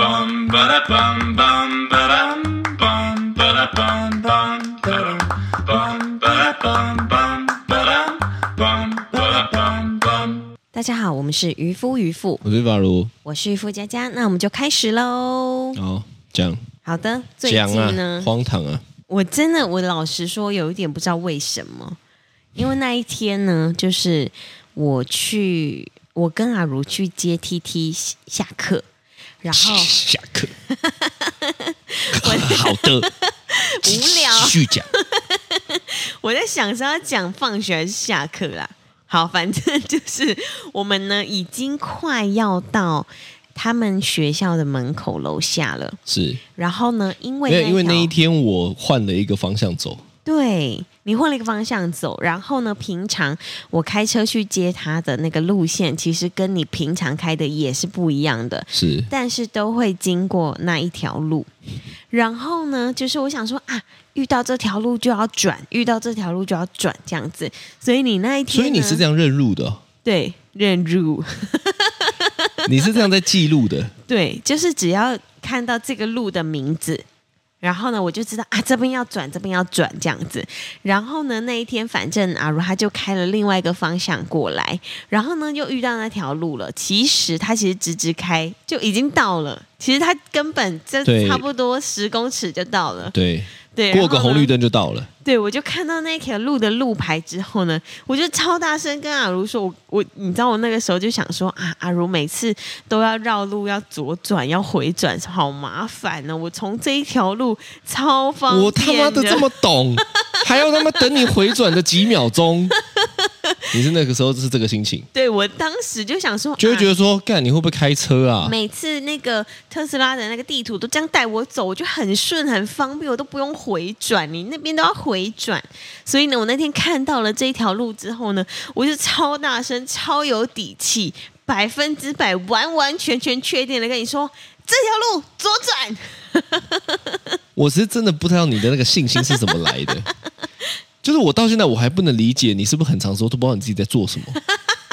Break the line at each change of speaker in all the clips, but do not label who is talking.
bum ba da bum bum ba dum bum ba da bum bum ba dum bum ba da bum bum ba dum bum ba da bum bum.
大家好，我们是渔夫渔妇，
我是法如，哦
我是渔夫佳佳，那我们就开始喽。
好讲
好的，嗯最
讲
近
啊
呢，，
荒唐啊，
我真的我老实说，有一点不知道为什么，因为那一天呢，就是我去，我跟阿如去接 T T 下课，然后
下 课，好的，
无聊
继续讲，
我在想是要讲放学还是下课啦。好，反正就是我们呢已经快要到他们学校的门口楼下了。
是
然后呢，因为
没有，因为
条
那一天我换了一个方向走，
对你换了一个方向走，然后呢，平常我开车去接他的那个路线，其实跟你平常开的也是不一样的。
是
但是都会经过那一条路。然后呢，就是我想说啊，遇到这条路就要转，遇到这条路就要转这样子。所以你那一天，
所以你是这样认路的哦，
对认路，
你是这样在记录的，
对，就是只要看到这个路的名字。然后呢，我就知道啊，这边要转，这边要转这样子。然后呢，那一天反正阿如他就开了另外一个方向过来，然后呢又遇到那条路了。其实他其实直直开就已经到了，其实他根本就
对
差不多十公尺就到了。
对，
对，
过个
然后
红
呢
绿。灯就到了，
对，我就看到那条路的路牌之后呢，我就超大声跟阿如说，我我你知道我那个时候就想说啊，阿如每次都要绕路，要左转，要回转，好麻烦哦呢、我从这一条路超方便，
我他妈的这么懂，还要他妈等你回转的几 秒钟，你是那个时候是这个心情，
对我当时就想说，
就会觉
啊
得说，干你会不会开车啊？
每次那个特斯拉的那个地图都这样带我走，我就很顺很方便，我都不用回转，你那边都要回转。所以呢，我那天看到了这一条路之后呢，我就超大声、超有底气，百分之百完完全全确定的跟你说，这条路左转。
我是真的不知道你的那个信心是怎么来的，就是我到现在我还不能理解，你是不是很长时候都不知道你自己在做什么，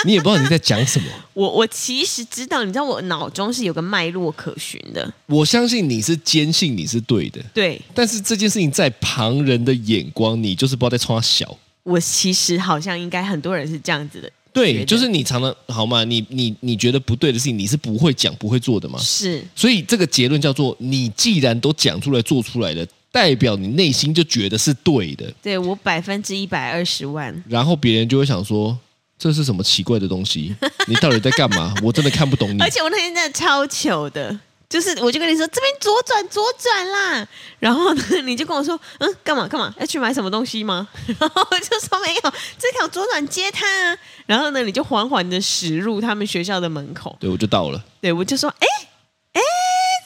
你也不知道你在讲什么。
我我其实知道，你知道我脑中是有个脉络可循的，
我相信你是坚信你是对的，
对
但是这件事情在旁人的眼光，你就是不知道在冲他小。
我其实好像应该很多人是这样子的，觉
对，
得
就是你常常好嘛，你你你觉得不对的事情，你是不会讲不会做的嘛。
是
所以这个结论叫做，你既然都讲出来做出来了，代表你内心就觉得是对的，
对我百分之一百二十万。
然后别人就会想说，这是什么奇怪的东 西？你到底在干嘛？我真的看不懂你
而。且我那天真的超糗的，就是我就跟你说这边左转左转啦，然后呢你就跟我说嗯干嘛干嘛要去买什么东西吗？ 然后我就说没有，这条左转接他、啊。然后呢你就缓缓的驶入他们学校的门口，
对，我就到了。
对我就说哎哎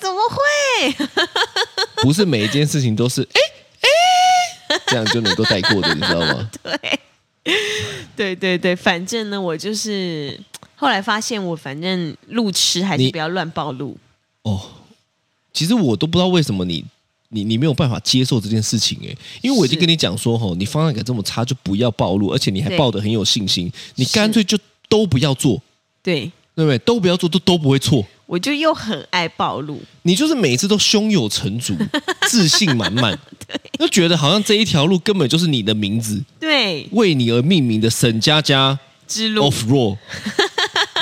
怎么会？
不是每一件事情都是哎哎，这样就能够带过的，你知道吗？
对对对对，反正呢我就是后来发现我反正路痴还是
你
不要乱暴露。
哦，其实我都不知道为什么你你你没有办法接受这件事情哎、因为我已经
是
跟你讲说吼，你方向感这么差就不要暴露，而且你还
对
抱得很有信心，你干脆就都不要做，
对
对不对？都不要做，都都不会错。
我就又很爱暴露。
你就是每一次都胸有成 竹，自信满满，就觉得好像这一条路根本就是你的名字，
对，
为你而命名的沈佳佳
之路
Off Road，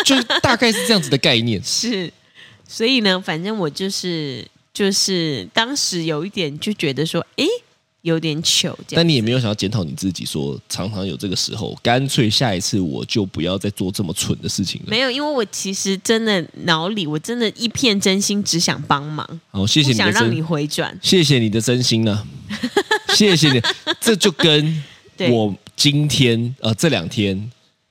就是大概是这样子的概念。
是，所以呢，反正我就是就是当时有一点就觉得说，诶，有点糗这样。
但你也没有想要检讨你自己说，常常有这个时候，干脆下一次我就不要再做这么蠢的事情了。
没有，因为我其实真的脑里，我真的一片真心，只想帮忙，
好，谢谢
不
你
想
的
让
真，
你回转。
谢谢你的真心 呢、谢谢你，这就跟
对
我今天呃这两天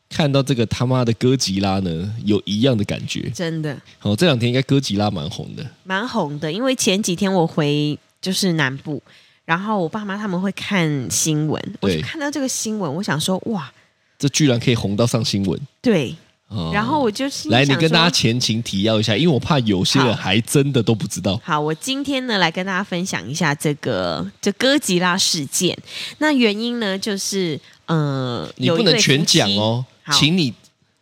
看到这个他妈的哥吉拉呢有一样的感觉。
真的
好，哦这两天应该哥吉拉蛮红的，
蛮红的，因为前几天我回就是南部，然后我爸妈他们会看新闻，我就
对
看到这个新闻，我想说哇，
这居然可以红到上新闻。
对，
哦
然后我就心里
来，你
想
跟大
说
家前情提要一下，因为我怕有些人
好
还真的都不知道。
好，我今天呢来跟大家分享一下这个这哥吉拉事件。那原因呢，就是呃，
你
有
不
一
能
对
全
夫妻
讲哦
好，
请你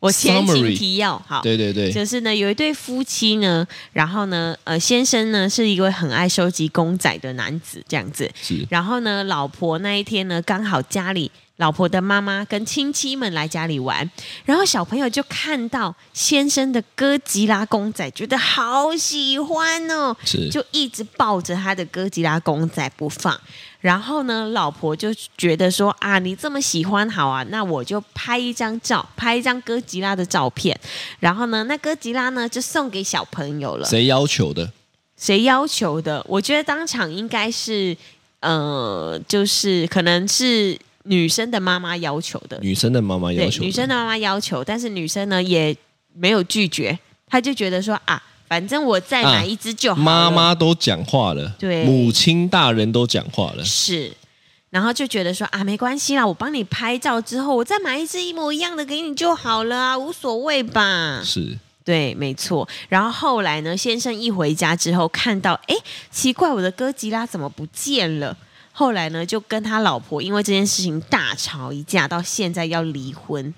我前情
Summary
提要好，
对对对，
就是呢，有一对夫妻呢，然后呢，呃，先生呢是一位很爱收集公仔的男子，这样子。
是
然后呢，老婆那一天呢，刚好家里老婆的妈妈跟亲戚们来家里玩，然后小朋友就看到先生的哥吉拉公仔，觉得好喜欢哦，
是，
就一直抱着他的哥吉拉公仔不放。然后呢，老婆就觉得说啊，你这么喜欢好啊，那我就拍一张照，拍一张哥吉拉的照片。然后呢，那哥吉拉呢就送给小朋友了。
谁要求的？
谁要求的？我觉得当场应该是，呃，就是可能是女生的妈妈要求的，
女生的妈妈要
对，
求的，
女生的妈妈要求，但是女生呢也没有拒绝，她就觉得说啊，反正我再买一只就好了、
啊妈妈都讲话了，
对
母亲大人都讲话了，
是。然后就觉得说啊，没关系啦，我帮你拍照之后，我再买一只一模一样的给你就好了啊，无所谓吧。
是
对，没错。然后后来呢，先生一回家之后看到，哎，奇怪，我的哥吉拉怎么不见了？后来呢，就跟他老婆因为这件事情大吵一架，到现在要离婚。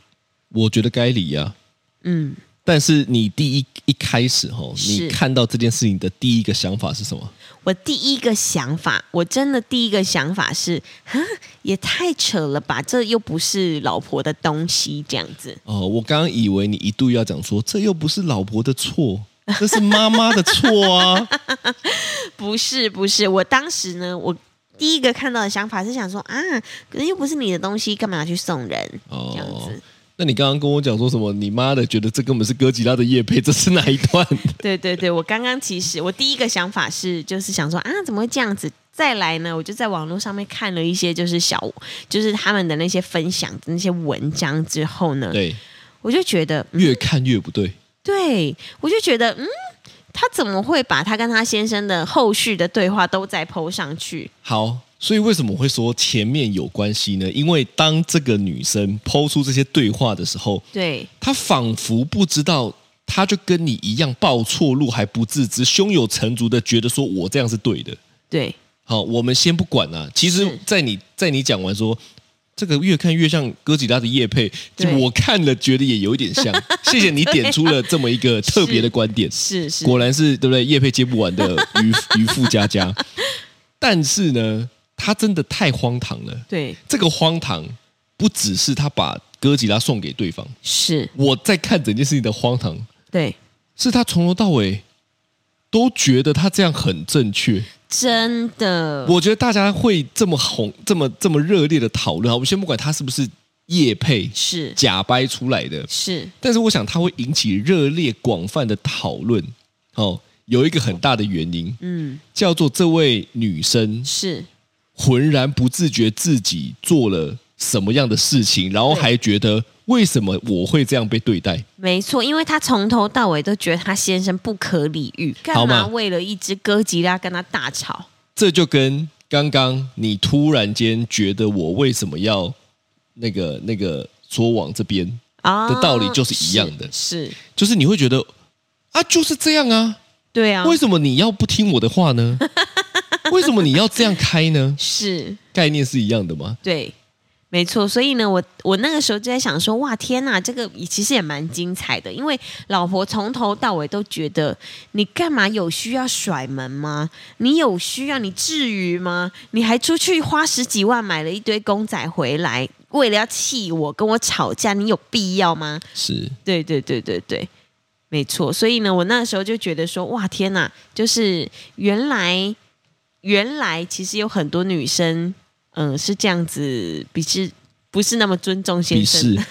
我觉得该离啊。
嗯，
但是你第一一开始吼，
是
你看到这件事情的第一个想法是什么？
我第一个想法，我真的第一个想法是， 哈，也太扯了吧，这又不是老婆的东西，这样子。
哦，我刚刚以为你一度要讲说，这又不是老婆 的错，这是妈妈的错啊。
不是不是，我当时呢，我第一个看到的想法是想说啊，可是又不是你的东西，干嘛要去送人？ 这样
哦
子。，
那你刚刚跟我讲说什么？你妈的，觉得这根本是哥吉拉的叶配，这是哪一 段？
对对对，我刚刚其实我第一个想法是，就是想说啊，怎么会这样子？再来呢，我就在网络上面看了一些就是小，就是他们的那些分享的那些文章之后呢，
对，
我就觉得，嗯
越看越不对。
对我就觉得，嗯，他怎么会把他跟他先生的后续的对话都再 PO 上去？
好，所以为什么会说前面有关系呢？因为当这个女生抛出这些对话的时候，
对，
她仿佛不知道，她就跟你一样报错路还不自知，胸有成竹的觉得说我这样是对的。
对，
好，我们先不管啊。其实
是，
在你在你讲完说这个越看越像哥吉拉的叶配，
对
我看了觉得也有 一点像。谢谢你点出了这么一个特别的观点，
是是，
果然是对不对？叶配接不完的渔渔夫 佳佳，但是呢，他真的太荒唐了。
对，
这个荒唐不只是他把哥吉拉送给对方，
是，
我在看整件事情的荒唐，
对，
是他从头到尾都觉得他这样很正确。
真的，
我觉得大家会这么红、这么这么热烈的讨论，好我们先不管他是不是叶配
是
假掰出来的，
是，
但是我想它会引起热烈广泛的讨论。哦，有一个很大的原因
嗯，
叫做这位女生
是
浑然不自觉自己做了什么样的事情，然后还觉得为什么我会这样被对待？
没错，因为他从头到尾都觉得他先生不可理喻，干
好
嘛
嘛
为了一只哥吉拉跟他大吵？
这就跟刚刚你突然间觉得我为什么要那个那个说往这边，
啊
的道理就是一样的
是，是
就是你会觉得啊，就是这样啊，
对啊，
为什么你要不听我的话 呢？为什么你要这样开呢？
是
概念是一样的吗？
对，没错。所以呢，我我那个时候就在想说，哇，天呐，这个也其实也蛮精彩的，因为老婆从头到尾都觉得你干嘛有需要甩门吗？你有需要，你至于吗？你还出去花十几万买了一堆公仔回来，为了要气我跟我吵架，你有必要吗？
是
对对对对对，没错。所以呢，我那时候就觉得说，哇，天哪，就是原来原来其实有很多女生，嗯、是这样子，比是不是那么尊重先
鄙
生
视
的？。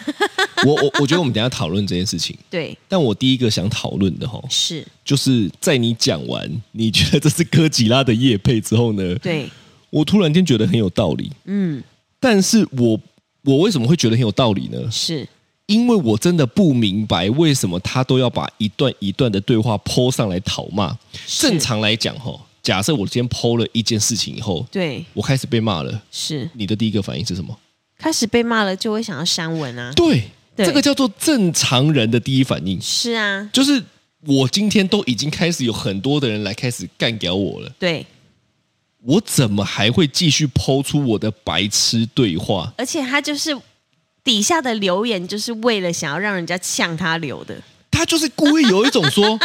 我我我觉得我们等一下讨论这件事情，
对，
但我第一个想讨论的哈、
是，
就是在你讲完你觉得这是哥吉拉的叶配之后呢，
对，
我突然间觉得很有道理。
嗯，
但是我我为什么会觉得很有道理呢？
是
因为我真的不明白为什么他都要把一段一段的对话抛上来讨骂。
是
正常来讲哈、假设我今天抛了一件事情以后，
对，
我开始被骂了，
是
你的第一个反应是什么？
开始被骂了，就会想要删文啊。
对，
对
这个叫做正常人的第一反应，
是啊，
就是我今天都已经开始有很多的人来开始干掉我了，
对，
我怎么还会继续抛出我的白痴对话？
而且他就是。底下的留言就是为了想要让人家呛他留的，
他就是故意有一种 说，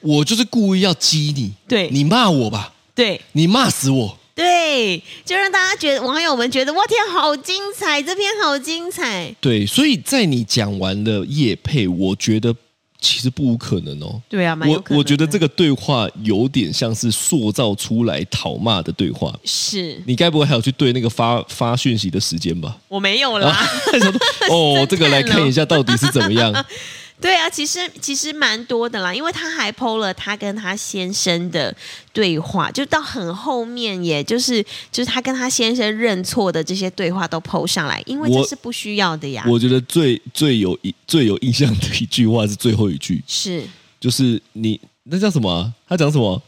我就是故意要激你，
对
你骂我吧，
对
你骂死我，
对，就让大家觉得网友们觉得哇天，啊好精彩，这篇好精彩，
对，所以在你讲完了叶配，我觉得其实不无可能哦。
对啊，蛮有
我
可能
我觉得
的
这个对话有点像是塑造出来讨骂的对话。
是
你该不会还有去对那个发发讯息的时间吧？
我没有
然
啦。
后 想说哦，这个来看一下到底是怎么样。
对啊，其实其实蛮多的啦，因为他还 PO 了他跟他先生的对话，就到很后面耶，就是就是他跟他先生认错的这些对话都 PO 上来，因为
我
这是不需要的呀。
我觉得最最有印最有印象的一句话是最后一句，
是
就是你那叫什么啊、他讲什么？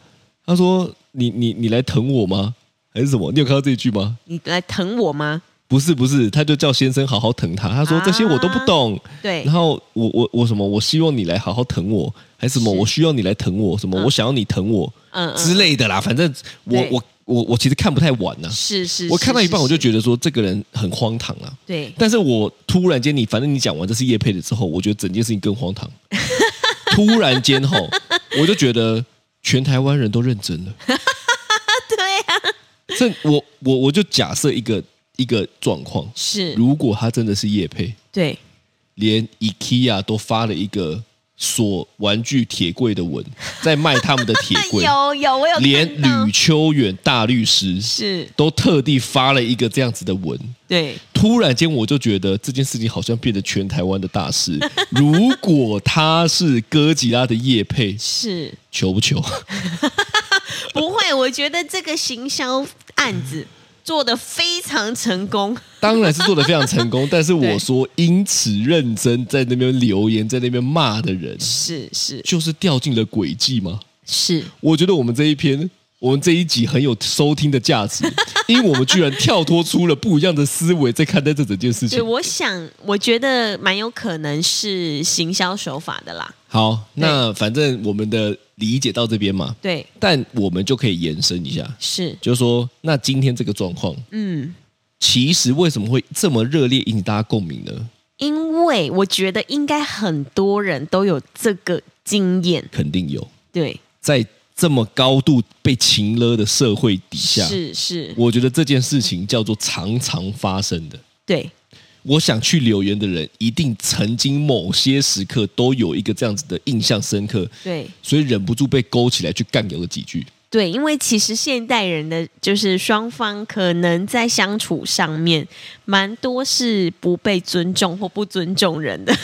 他说你你你来疼我吗？还是什么？你有看到这一句吗？
你来疼我吗？
不是不是，他就叫先生好好疼他。他说
啊
这些我都不懂。
对
然，后我我我什么？我希望你来好好疼我，还是什么？
是
我需要你来疼我，什么？
嗯
我想要你疼我
嗯
之
嗯，
类的啦。反正我
对
我我我其实看不太完呐、
是是，
我看到一半我就觉
得
得说这个人很荒唐啊。
对，
但是我突然间你，反正你讲完这是叶配的之后，我觉得整件事情更 荒唐。突然间吼，我就觉得全台湾人都认真了。
对啊，
这我我我就假设一个一个状况，
是，啊
如果他真的是叶配，
对，
连 IKEA 都发了一个锁玩具铁柜 的文，在卖他们的铁柜，
有哎有我有
连
看到
吕秋远大律师
是，
都特地发了一个这样子的文。
对，
突然间，我就觉得这件事情好像变得全台湾的 大事。如果他是哥吉拉的叶配，
是
求不求？
不会，我觉得这个行销案子做的非常成功。
当然是做的非常成 功，但是我
对
说因此认真在那边留言，在那边骂的人，
是是
就是掉进了诡计吗？
是，
我觉得我们这一篇，我们这一集很有收听的 价值，因为我们居然跳脱出了不一样的思维，在看待这整件事
对，
情。
我想我觉得蛮有可能是行销手法的啦。
好，那反正我们的理解到这边嘛，
对，
但我们就可以延伸一下，
是，
就是说，那今天这个状况，
嗯，
其实为什么会这么热烈引起大家共鸣呢？
因为我觉得应该很多人都有这个经验。
肯定有，
对，
在这么高度被情勒的社会底下，
是是，
我觉得这件事情叫做常常发生的。
对，
我想去留言的人，一定曾经某些时刻都有一个这样子的印象深刻，
对。
所以忍不住被勾起来去干掉了几 句。
对，因为其实现代人的就是双方可能在相处上面，蛮多是不被尊重或不尊重人的。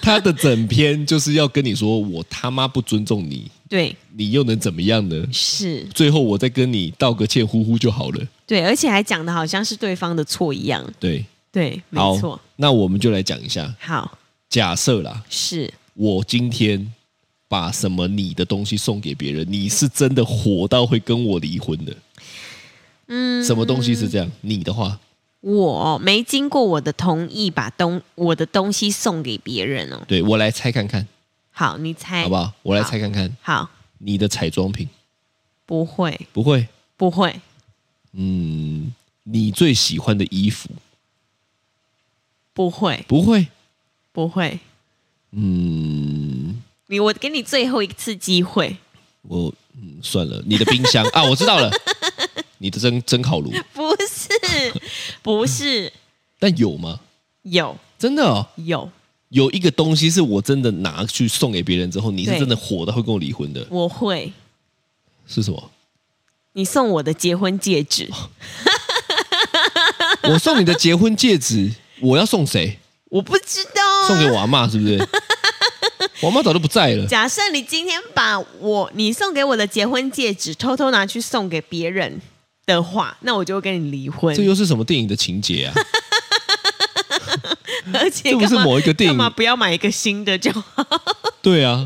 他的整篇就是要跟你说，我他妈不尊重你，
对，
你又能怎么样呢？
是，
最后我再跟你道个歉，呼呼就好了。
对，而且还讲的好像是对方的错一样。
对，
对，没
好
错。，
那我们就来讲一下，
好，
假设啦，
是
我今天把什么你的东西送给别人，你是真的火到会跟我离婚的。嗯，什么东西是这样？你的话，
我没经过我的同意把东我的东西送给别人哦。
对我来猜看看，
好，你猜
好不好？我来
哎好
猜看看
好
你的彩妆品，
不会，
不会，
不会，
嗯，你最喜欢的衣服，
不会，
不会，
不会。
嗯，
你我给你最后一次机会，
我嗯算了，你的冰箱啊，我知道了，你的蒸蒸烤炉，
不 是，不是，
但有吗？
有
真的哦，
有，
有一个东西是我真的拿去送给别人之后，你是
对
真的火到会跟我离婚的，
我会。
是什么？
你送我的结婚戒指，
我送你的结婚戒指，我要送谁？
我不知道啊、
送给我阿妈是不是？我阿妈早就不在了。
假设你今天把我你送给我的结婚戒指偷偷拿去送给别人的话，那我就会跟你离婚
这。又是什么电影的情节啊？
而且
这不是
干嘛
某一个电影
干嘛不要买一个新的就 好？
对啊，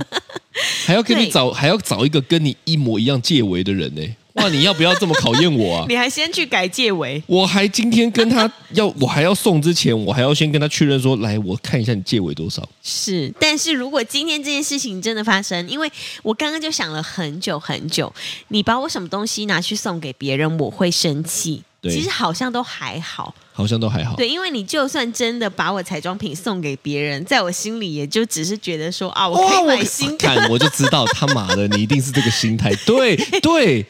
还要跟你
对
找，还要找一个跟你一模一样戒围的人
？
呢、哇，你要不要这么考验我啊
你还先去改戒围？
我还今天跟他要， 我还要送之前，我还要先跟他确认说，来，我看一下你戒围多少。
是，但是如果今天这件事情真的发生，因为我刚刚就想了很久很久，你把我什么东西拿去送给别人，我会生气。
对
其实好像都还好。
好像都还好。
对，因为你就算真的把我彩妆品送给别人，在我心里也就只是觉得说啊，我可以买新的。
看我就知道他妈的，你一定是这个心 态。对对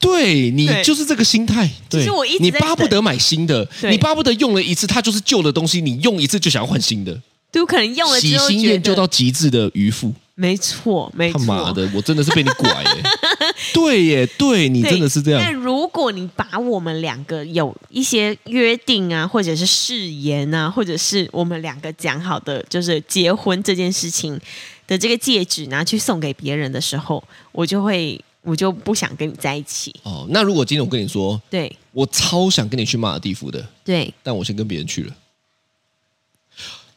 对，你
对
就是这个心态。对，
其实我一直
你
在
巴不
等
得买新的，
对
你巴不得用了一次，它就是旧的东西，你用一次就想要换新的，
对，我可能用了
喜
之后
新
觉
厌旧到
得，
极致的渔夫。
没错，没
他
错。
妈的，我真的是被你拐 耶！对耶，对你
对
真的是这
但
样。
如果你把我们两个有一些约定啊，或者是誓言啊，或者是我们两个讲好的，就是结婚这件事情的这个戒指拿去送给别人的时候，我就会我就不想跟你在一起。
哦，那如果今天我跟你说，
对
我超想跟你去马尔地夫的，
对，
但我先跟别人去了。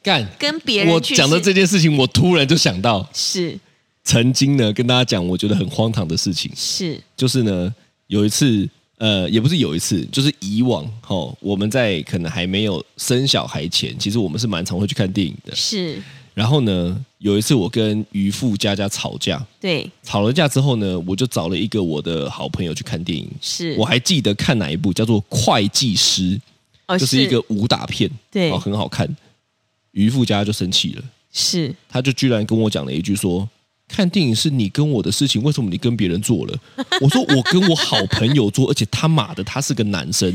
干，
跟别
我
人去
讲的
是
这件事情，我突然就想到，
是
曾经呢跟大家讲，我觉得很荒唐的事情，
是
就是呢有一次，呃，也不是有一次，就是以往哦，我们在可能还没有生小孩前，其实我们是蛮常会去看电影的。
是，
然后呢，有一次我跟渔夫佳佳吵架，
对
吵了架之后呢，我就找了一个我的好朋友去看电影，
是，
我还记得看哪一部，叫做《会计师》，
哦
就是一个武打片，
对
哦，很好看。渔夫佳佳就生气了。
是
他就居然跟我讲了一句说：“看电影是你跟我的事情，为什么你跟别人做了？” 我说：“我跟我好朋友做，而且他妈的他是个男生。”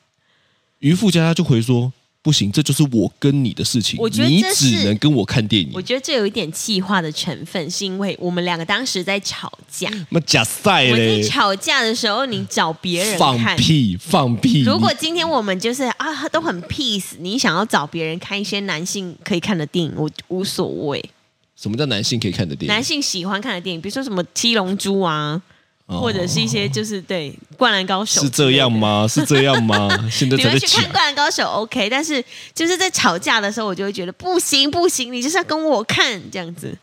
渔夫家他就回说：“不行，这就是我跟你的事情
我，觉得
你
这是
只能跟我看电
我
影。
觉得这有一点气化的成分，是因为我们两个当时在吵架。”
那假赛
我们
嘞
在，吵架的时候，你找别人
哎放
看。
屁放屁！
如果今天我们就是啊都很 peace，你想要找别人看一些男性可以看的电影，我无所谓。
什么叫男性可以看的电
男
影？
性喜欢看的电影，比如说什么《七龙珠》啊，
哦
或者是一些就是对《灌篮高手》
是这样
之类的？
吗？ 是这 样吗？现在
你
才
们去
在
看
讲
《灌篮高手》OK，但是就是在吵架的时候，我就会觉得不行不行，你就是要跟我看这样子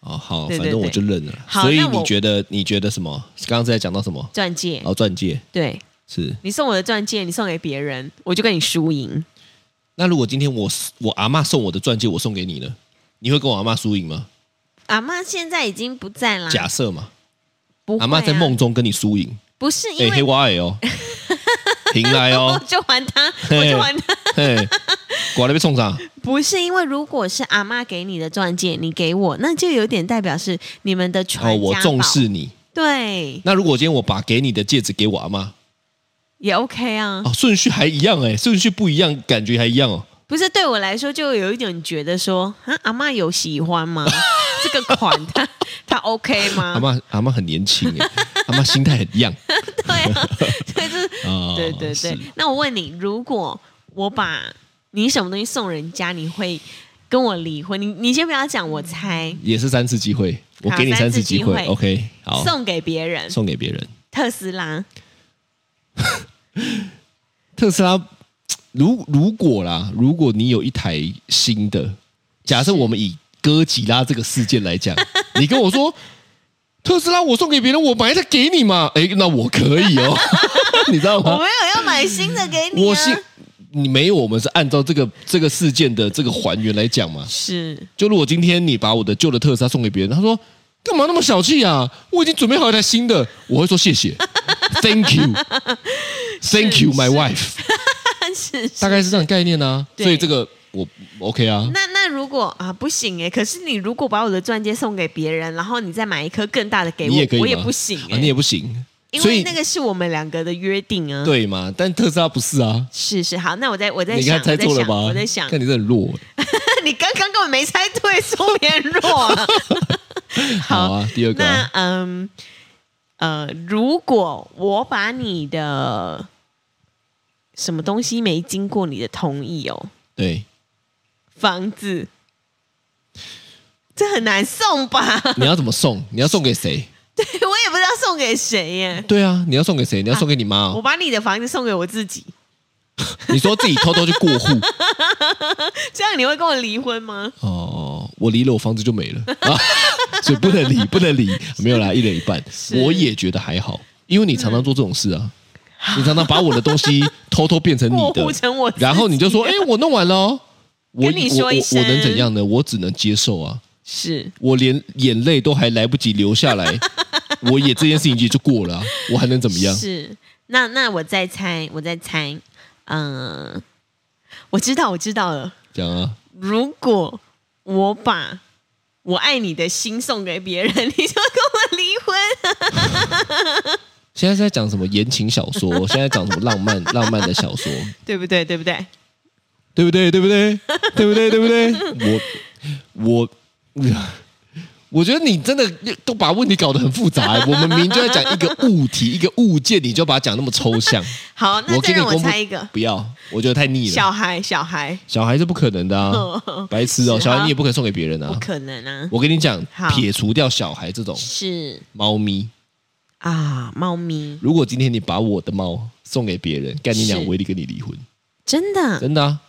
哦，好，
对
反
对
正我
对
就认了。
好
所以
那我
你觉得你觉得什么？刚刚是在讲到什么？
钻戒。
哦，钻戒
对
是。
你送我的钻戒，你送给别人，我就跟你输赢。
那如果今天我我阿嬷送我的钻戒，我送给你呢，你会跟我阿嬷输赢吗？
阿妈现在已经不在啦，
假设嘛，
啊不会
阿
啊、
嬷在梦中跟你输赢，
不是
哎、
因为
黑娃哎 哦，停来
我
哦，
就还他，
嘿
我就还 他。
嘿，寡了被冲 上，
不是因为如果是阿妈给你的钻戒，你给我，那就有点代表是你们的传
哦，
家宝。
我重视你。
对，
那如果今天我把给你的戒指给我阿嬷，
也 OK 啊。
哦，顺序还一样哎、顺序不一样，感觉还一样哦。
不是对我来说，就有一点觉得说，啊，阿妈有喜欢 吗？这个款他他 OK
阿
吗？
嬷阿嬷很年轻 哎、阿嬷心态很样
对啊，对，就是
啊、哦，
对对对
是。
那我问你，如果我把你什么东西送人家，你会跟我离婚？你你先不要讲，我猜
也是三次机会，我
好
给你
三
三
次
次机
机
会
会
，OK，好，
送给别人
送给别人。
特斯拉，
特斯拉，如如果啦，如果你有一台新的，假设我们以哥吉拉这个事件来讲，你跟我说特斯拉我送给别人，我买再给你嘛，哎，那我可以哦， 你知道
我啊没？
吗
有要买新的给你、啊，
我是你没有，我们是按照这个这个事件的这个还原来讲嘛。
是
就如果今天你把我的旧的特斯拉送给别人，他说干嘛那么小气啊？我已经准备好一台新的，我会说谢谢 ，Thank you，Thank you my
是
wife。
但 是
大概是这样的概念啊。
对
所以这个我 OK 啊，
那那如果啊不行哎，可是你如果把我的钻戒送给别人，然后你再买一颗更大的给
你
我，
也可以吗，
我也不行哎、
啊，你也不行，
因
所以
为那个是我们两个的约定啊。，
对嘛？但特斯拉不是啊，
是是好，那我再我再
你
想，
看猜错了吧？
我在想，我在
看你这很弱欸。
想你刚刚根本没猜对，苏联弱啊。好
好啊，第二个
那
啊
嗯呃，如果我把你的什么东西没经过你的同意哦，
对，
房子，这很难送吧？
你要怎么送？你要送给谁？
对 我也不知道送给谁耶。
对啊，你要送给谁？你要送给你妈
我
哦。
把你的房子送给我自己，
你说自己偷偷去过户
这样你会跟我离婚吗？
哦，我离了我房子就没了啊， 所以不能 离，不能离，没有啦，一人一半。我也觉得还好，因为你常常做这种事啊，
嗯
你常常把我的东西偷偷变成你
过
的，
户成我自己，啊
然后你就说：“哎、我弄完了哦、我
跟你说
我
一
我我能
声
怎样呢？我只能接受啊！
是
我连眼 泪都还来不及流下来，我也这件事情也就过了啊、我还能怎么样？
是。那那我再猜，我再猜，嗯、我知道，我知道了。
讲啊，
如果我把我爱你的心送给别人，你就跟我离婚。
现在是在讲什么言情小说？现在讲什么浪漫浪漫的小说？
对不对？对不对？
对不对？对 不对？对不对？对不对？我我 我觉得你真的都把问题搞得很复杂、欸 我们明明就在讲一个物体、一个物件，你就把它讲那么抽象。
好， 那
我
再
给你
让我
公布
猜一个，
不要，我觉得太腻了。
小孩，小孩，
小孩是不可能的啊， 白痴哦，
是啊
小孩你也不可能送给别人
不
啊。
可能啊！
我跟你讲
好，
撇除掉小孩这种
是
猫咪，
啊，猫咪，
如果今天你把我的猫送给别人，干你娘，
是
我一定跟你离婚，
真的
真的啊。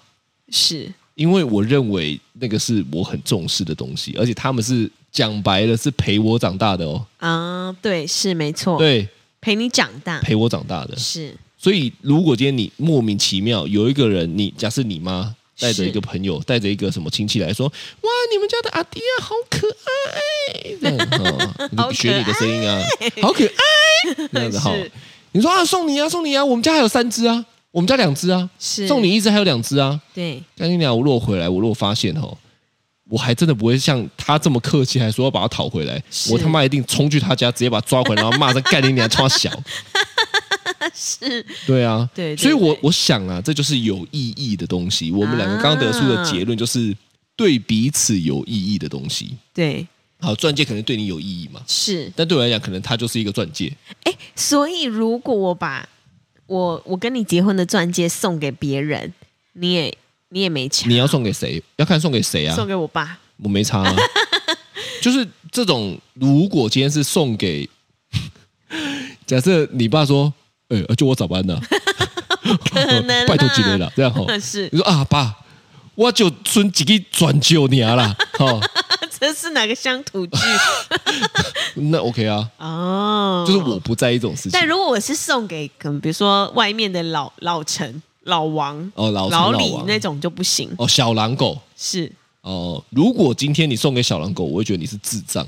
是
因为我认为那个是我很重视的东西，而且他们是讲白了是陪我长大的哦，
啊，对，是没错，
对，
陪你长大
陪我长大的。
是
所以如果今天你莫名其妙有一个人，你假设你妈带着一个
是
朋友，带着一个什么亲戚来说，哇，你们家的阿迪啊，好可爱，这 样哦你就学你的声音啊，好可爱，这样子哈
是。
你说啊，送你啊，送你啊，我们家还有三只啊，我们家两只啊，
是
送你一只还有两只啊，
对，
干你娘！我如果回来，我如果发现哦，我还真的不会像他这么客气，还说要把他讨回来。
是
我他妈一定冲去他家，直接把他抓回来，然后骂他干你娘，他妈小。
是
对啊，
对对
所以我
对
我想啊，这就是有意义的东西。我们两个刚刚得出的
啊
结论就是对彼此有意义的东西。
对
好，钻戒可能对你有意义嘛，
是。
但对我来讲，可能它就是一个钻戒。
哎，所以如果我把我我跟你结婚的钻戒送给别人，你也你也没钱，
你要送给谁？要看送给谁啊？
送给我爸，
我没差、 啊，就是这种。如果今天是送给， 假设你爸说：“哎、就我早班的、
可能
拜托
啦
几个了。”啊这样吼，
是
你说啊，爸，我就存几个转九年啦，哦，
这是哪个乡土 剧？
那 OK 啊，
哦，
就是我。不在意这种事情
但。如果我是送给可能比如说外面的老老陈、老王、
哦，老陈
李
王
那种就不行，
哦，小狼狗
是
哦，如果今天你送给小狼狗，我会觉得你是智 障。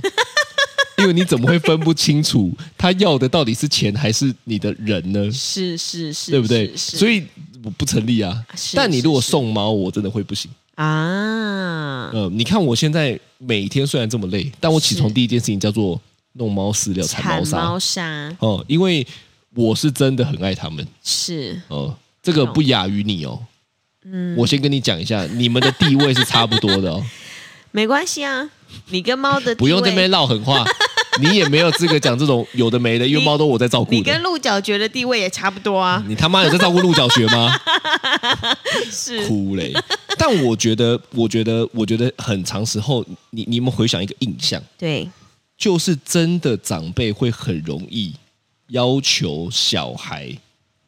因为你怎么会分不清楚他要的到底是钱还是你的人呢？
是是是，
对不对？所
以
以我不成立啊
是。
但你如果
是是
送猫，我真的会不行。
啊，
呃，你看我现在每天虽然这么累，但我起床
是
第一件事情叫做弄猫饲料、铲猫砂
猫。砂
哦、因为我是真的很爱它们。
是
哦、这个不亚于你哦。嗯，我先跟你讲一下，你们的地位是差不多 的哦，
没关系啊，你跟猫的
不用
地
这
位
边唠狠话，你也没有资格讲这种有的没的，因为
你
猫都我在照顾
你
的
跟。鹿角蕨的地位也差不多啊，
你他妈有在照顾鹿角蕨吗？
是
哭嘞。但我觉得，我觉得，我觉得很长时候，你你们回想一个印象，
对，
就是真的长辈会很容易要求小孩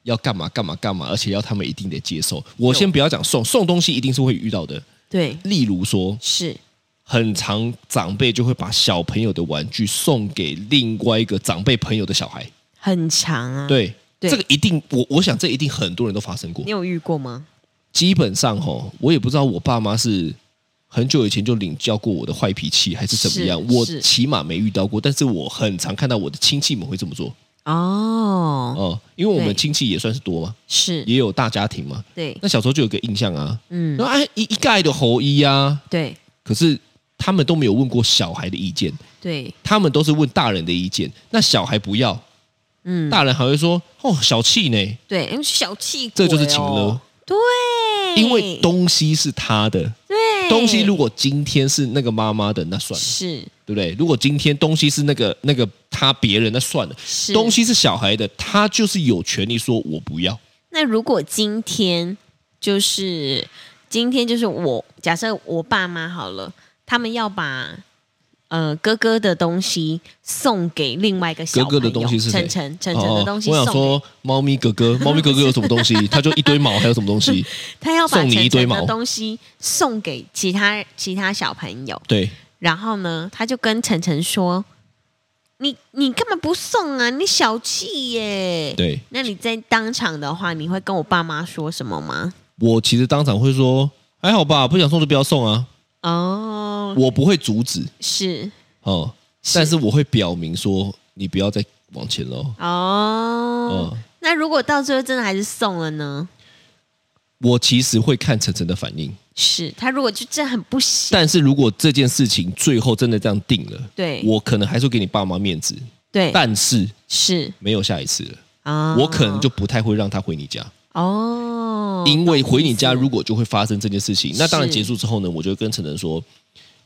要干嘛干嘛干嘛，而且要他们一定得接受。我先不要讲送送东西，一定是会遇到的。
对，
例如说，
是
很常长辈就会把小朋友的玩具送给另外一个长辈朋友的小孩。
很长啊。，
对，
对
这个一定，我我想这一定很多人都发生过
你。有遇过吗？
基本上吼，我也不知道我爸妈是很久以前就领教过我的坏脾气，还是怎么样。
是
我
是
起码没遇到过，但是我很常看到我的亲戚们会这么做
哦，
哦、因为我们
对
亲戚也算是多嘛，
是，
也有大家庭嘛。
对，
那小时候就有个印象啊，
嗯
那，哎一一概的侯一啊，
对，
可是他们都没有问过小孩的意见，
对，
他们都是问大人的意见。那小孩不要，
嗯，
大人还会说哦小气呢，
对，因为小气、哦
这就是情了。，
对，
因为东西是他的，
对
东西如果今天是那个妈妈的，那算了，
是
对不对？如果今天东西是那个那个他别人，那算了。
是
东。西是小孩的，他就是有权利说我不要。
那如果今天就是今天就是我假设我爸妈好了，他们要把。呃，哥哥的东西送给另外一个小
哥哥的
朋友
东西是谁
晨晨晨晨的东西送给
哦我想说，猫咪 哥哥，猫咪哥哥有什么东西？他就一堆毛，还有什么东西？
他要把
送你一
晨
堆
晨
毛
的东西送给其他其他小朋友，
对，
然后呢，他就跟晨晨说：“你你干嘛不送啊？你小气耶！”
对
那你在当场的话，你会跟我爸妈说什么吗？
我其实当场会说，还好吧，不想送就不要送啊，
哦，
我不会阻止
是
哦，但是我会表明说，你不要再往前喽。
哦、
嗯，
那如果到最后真的还是送了呢？
我其实会看晨晨的反应，
是他如果就这很不行，
但是如果这件事情最后真的这样定了，
对
我可能还是会给你爸妈面子，
对，
但是
是
没有下一次了，
啊，
我可能就不太会让他回你家，
哦，
因为回你家
懂意思
如果就会发生这件事情。那当然
是
结束之后呢，我就会跟晨晨说，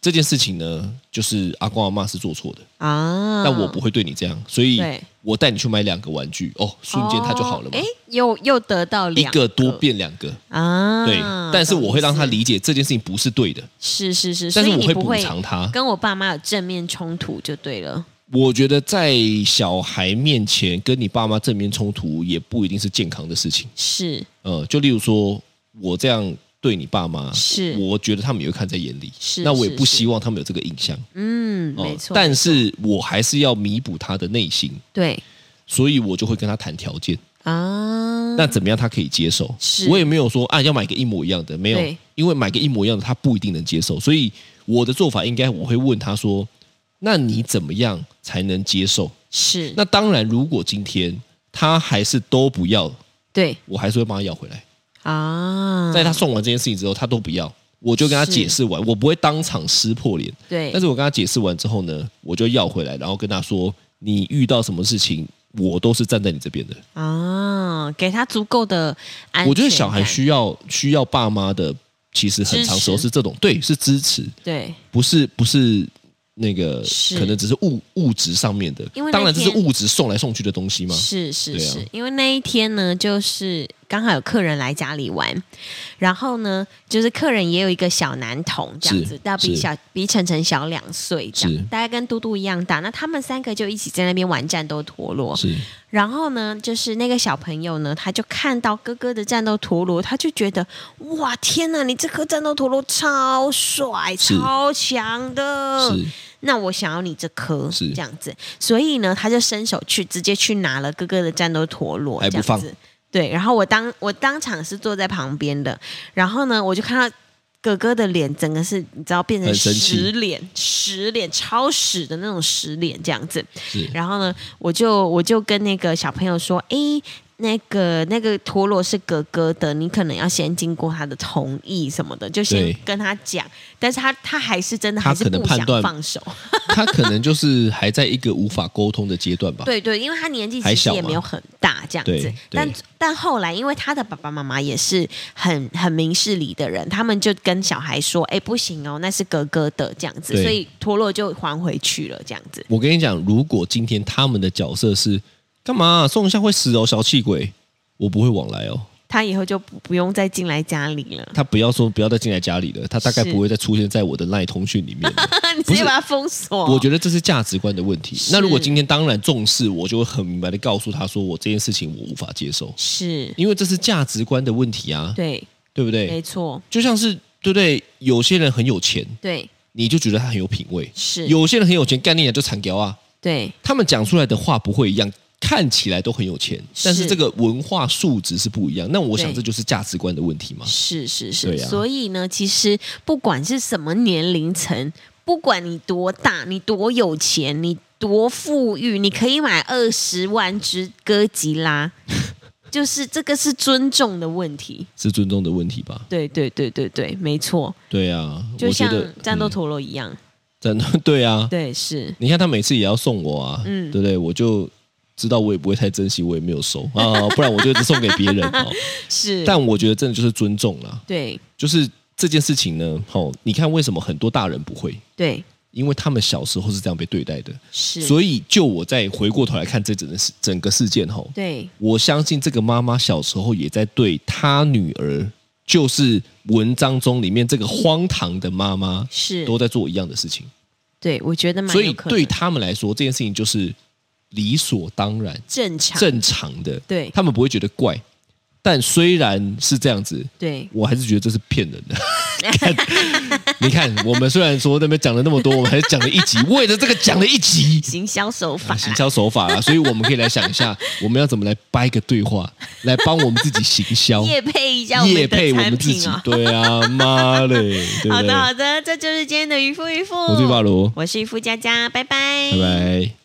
这件事情呢，就是阿公阿妈是做错的，
啊，
但我不会对你这样，所以
对
我带你去买两个玩具，哦，瞬间他就好了嘛
哎、，又又得到
一
哎两
个多变两个，
啊，
对，但是我会让他
懂意
理解这件事情不是对的，
思，是是是，
但是
所以
我
你
会
不
补
会
偿他。
跟我爸妈有正面冲突就对了，
我觉得在小孩面前跟你爸妈正面冲突，也不一定是健康的事情。
是
呃，就例如说我这样对你爸妈，
是
我觉得他们也会看在眼里，
是
那我也
是
不
是
希望他们有这个印象，
嗯，
哦
没错，
但是我还是要弥补他的内心，
对
所以我就会跟他谈条件，
啊，
那怎么样他可以接受？
是
我也没有说啊要买个一模一样的，没有
对，
因为买个一模一样的他不一定能接受，所以我的做法应该我会问他说，那你怎么样才能接受？
是
那当然，如果今天他还是都不要，
对
我还是会帮他要回来。
啊，
在他送完这件事情之后，他都不要，我就跟他
是
解释完，我不会当场撕破脸。
对，
但是我跟他解释完之后呢，我就要回来，然后跟他说，你遇到什么事情，我都是站在你这边的。
啊，给他足够的安全感，
我觉得小孩需要需要爸妈的，其实很长时候
支持
是这种，对，是支持，
对
不是不是那个，
是
可能只是物物质上面的
因为那。
当然这是
天
物质送来送去的东西嘛。
是是
对啊
是、因为那一天呢，就是刚好有客人来家里玩，然后呢，就是客人也有一个小男童这样
是
子，大比
是
小比晨晨小两岁这
是
样，大概跟嘟嘟一样大。那他们三个就一起在那边玩战斗陀螺，
是
然后呢，就是那个小朋友呢，他就看到哥哥的战斗陀螺，他就觉得哇天哪，你这颗战斗陀螺超帅、
是
超强的，
是
那我想要你这颗，
是
这样子。所以呢，他就伸手去，直接去拿了哥哥的战斗陀螺，
还
这
不
样
放
子。对，然后我当我当场是坐在旁边的，然后呢，我就看到哥哥的脸，整个是你知道变成
很生气
屎脸，屎脸超屎的那种屎脸这样子。
是
然后呢，我就我就跟那个小朋友说，诶，那个那个陀螺是哥哥的，你可能要先经过他的同意什么的，就先
对
跟他讲。但是他他还是真的
他
还是
可能
不想
判断
放手，
他可能就是还在一个无法沟通的阶段吧。
对对，因为他年纪
还
其实
小
也
嘛
没有很大这样
对
子
对，
但但后来因为他的爸爸妈妈也是很很明事理的人，他们就跟小孩说：“哎，不行哦，那是哥哥的这样子。”
对
所以陀螺就还回去了这样子。
我跟你讲，如果今天他们的角色是干嘛、送一下会死哦，小气鬼，我不会往来哦。
他以后就不不用再进来家里了，
他不要说不要再进来家里了，他大概
是
不会再出现在我的赖通讯里面 了。
你直接把他封锁。
我觉得这是价值观的问题。
哦是
那如果今天当然重视，我就会很明白的告诉他说，我这件事情我无法接受，
是
因为这是价值观的问题啊，
对，
对不对
没？错，
就像是对不对？有些人很有钱，
对
你就觉得他很有品味；
是，
有些人很有钱，概念就惨掉啊。
对
他们讲出来的话不会一样，看起来都很有钱，
是
但是这个文化素质是不一样。那我想
对
这就是价值观的问题嘛。
是是是。
对啊
所以呢，其实不管是什么年龄层，不管你多大，你多有钱，你多富裕，你可以买二十万只哥吉 拉，就是这个是尊重的问题。
是尊重的问题吧？
对对对对对，没错，
对啊，
就
我觉
像
得
战斗
嗯
陀螺一样，
战斗 对啊，
对是。
你看他每次也要送我啊，
嗯
对不对？我就知道我也不会太珍惜，我也没有收啊， 不然我就一直送给别人 哦。
是，
但我觉得真的就是尊重啦，
对
就是这件事情呢，哦，你看为什么很多大人不会？
对
因为他们小时候是这样被对待的，
是，
所以就我再回过头来看这整个事整个事件吼，
对
我相信这个妈妈小时候也在对她女儿，就是文章中里面这个荒唐的妈妈，
是，
都在做一样的事情。
对我觉得蛮
所以
有可能
对他们来说，这件事情就是理所当然、
正常
正常的，
对
他们不会觉得怪。但虽然是这样子，
对
我还是觉得这是骗人 的。看你看，我们虽然说那边讲了那么多，我们还是讲了一集，为了这个讲了 一集。
行销手法
啊，
啦
行销手法啦，所以我们可以来想一下，我们要怎么来掰一个对话，来帮我们自己行销，
业配一下我
业
们
配
的
我
产
们自
品
己
哦。。
对啊，妈嘞，对不
好
对
的，？好的，这就是今天的渔夫渔夫，
我是巴罗，
我是渔夫佳佳，拜拜，
拜拜。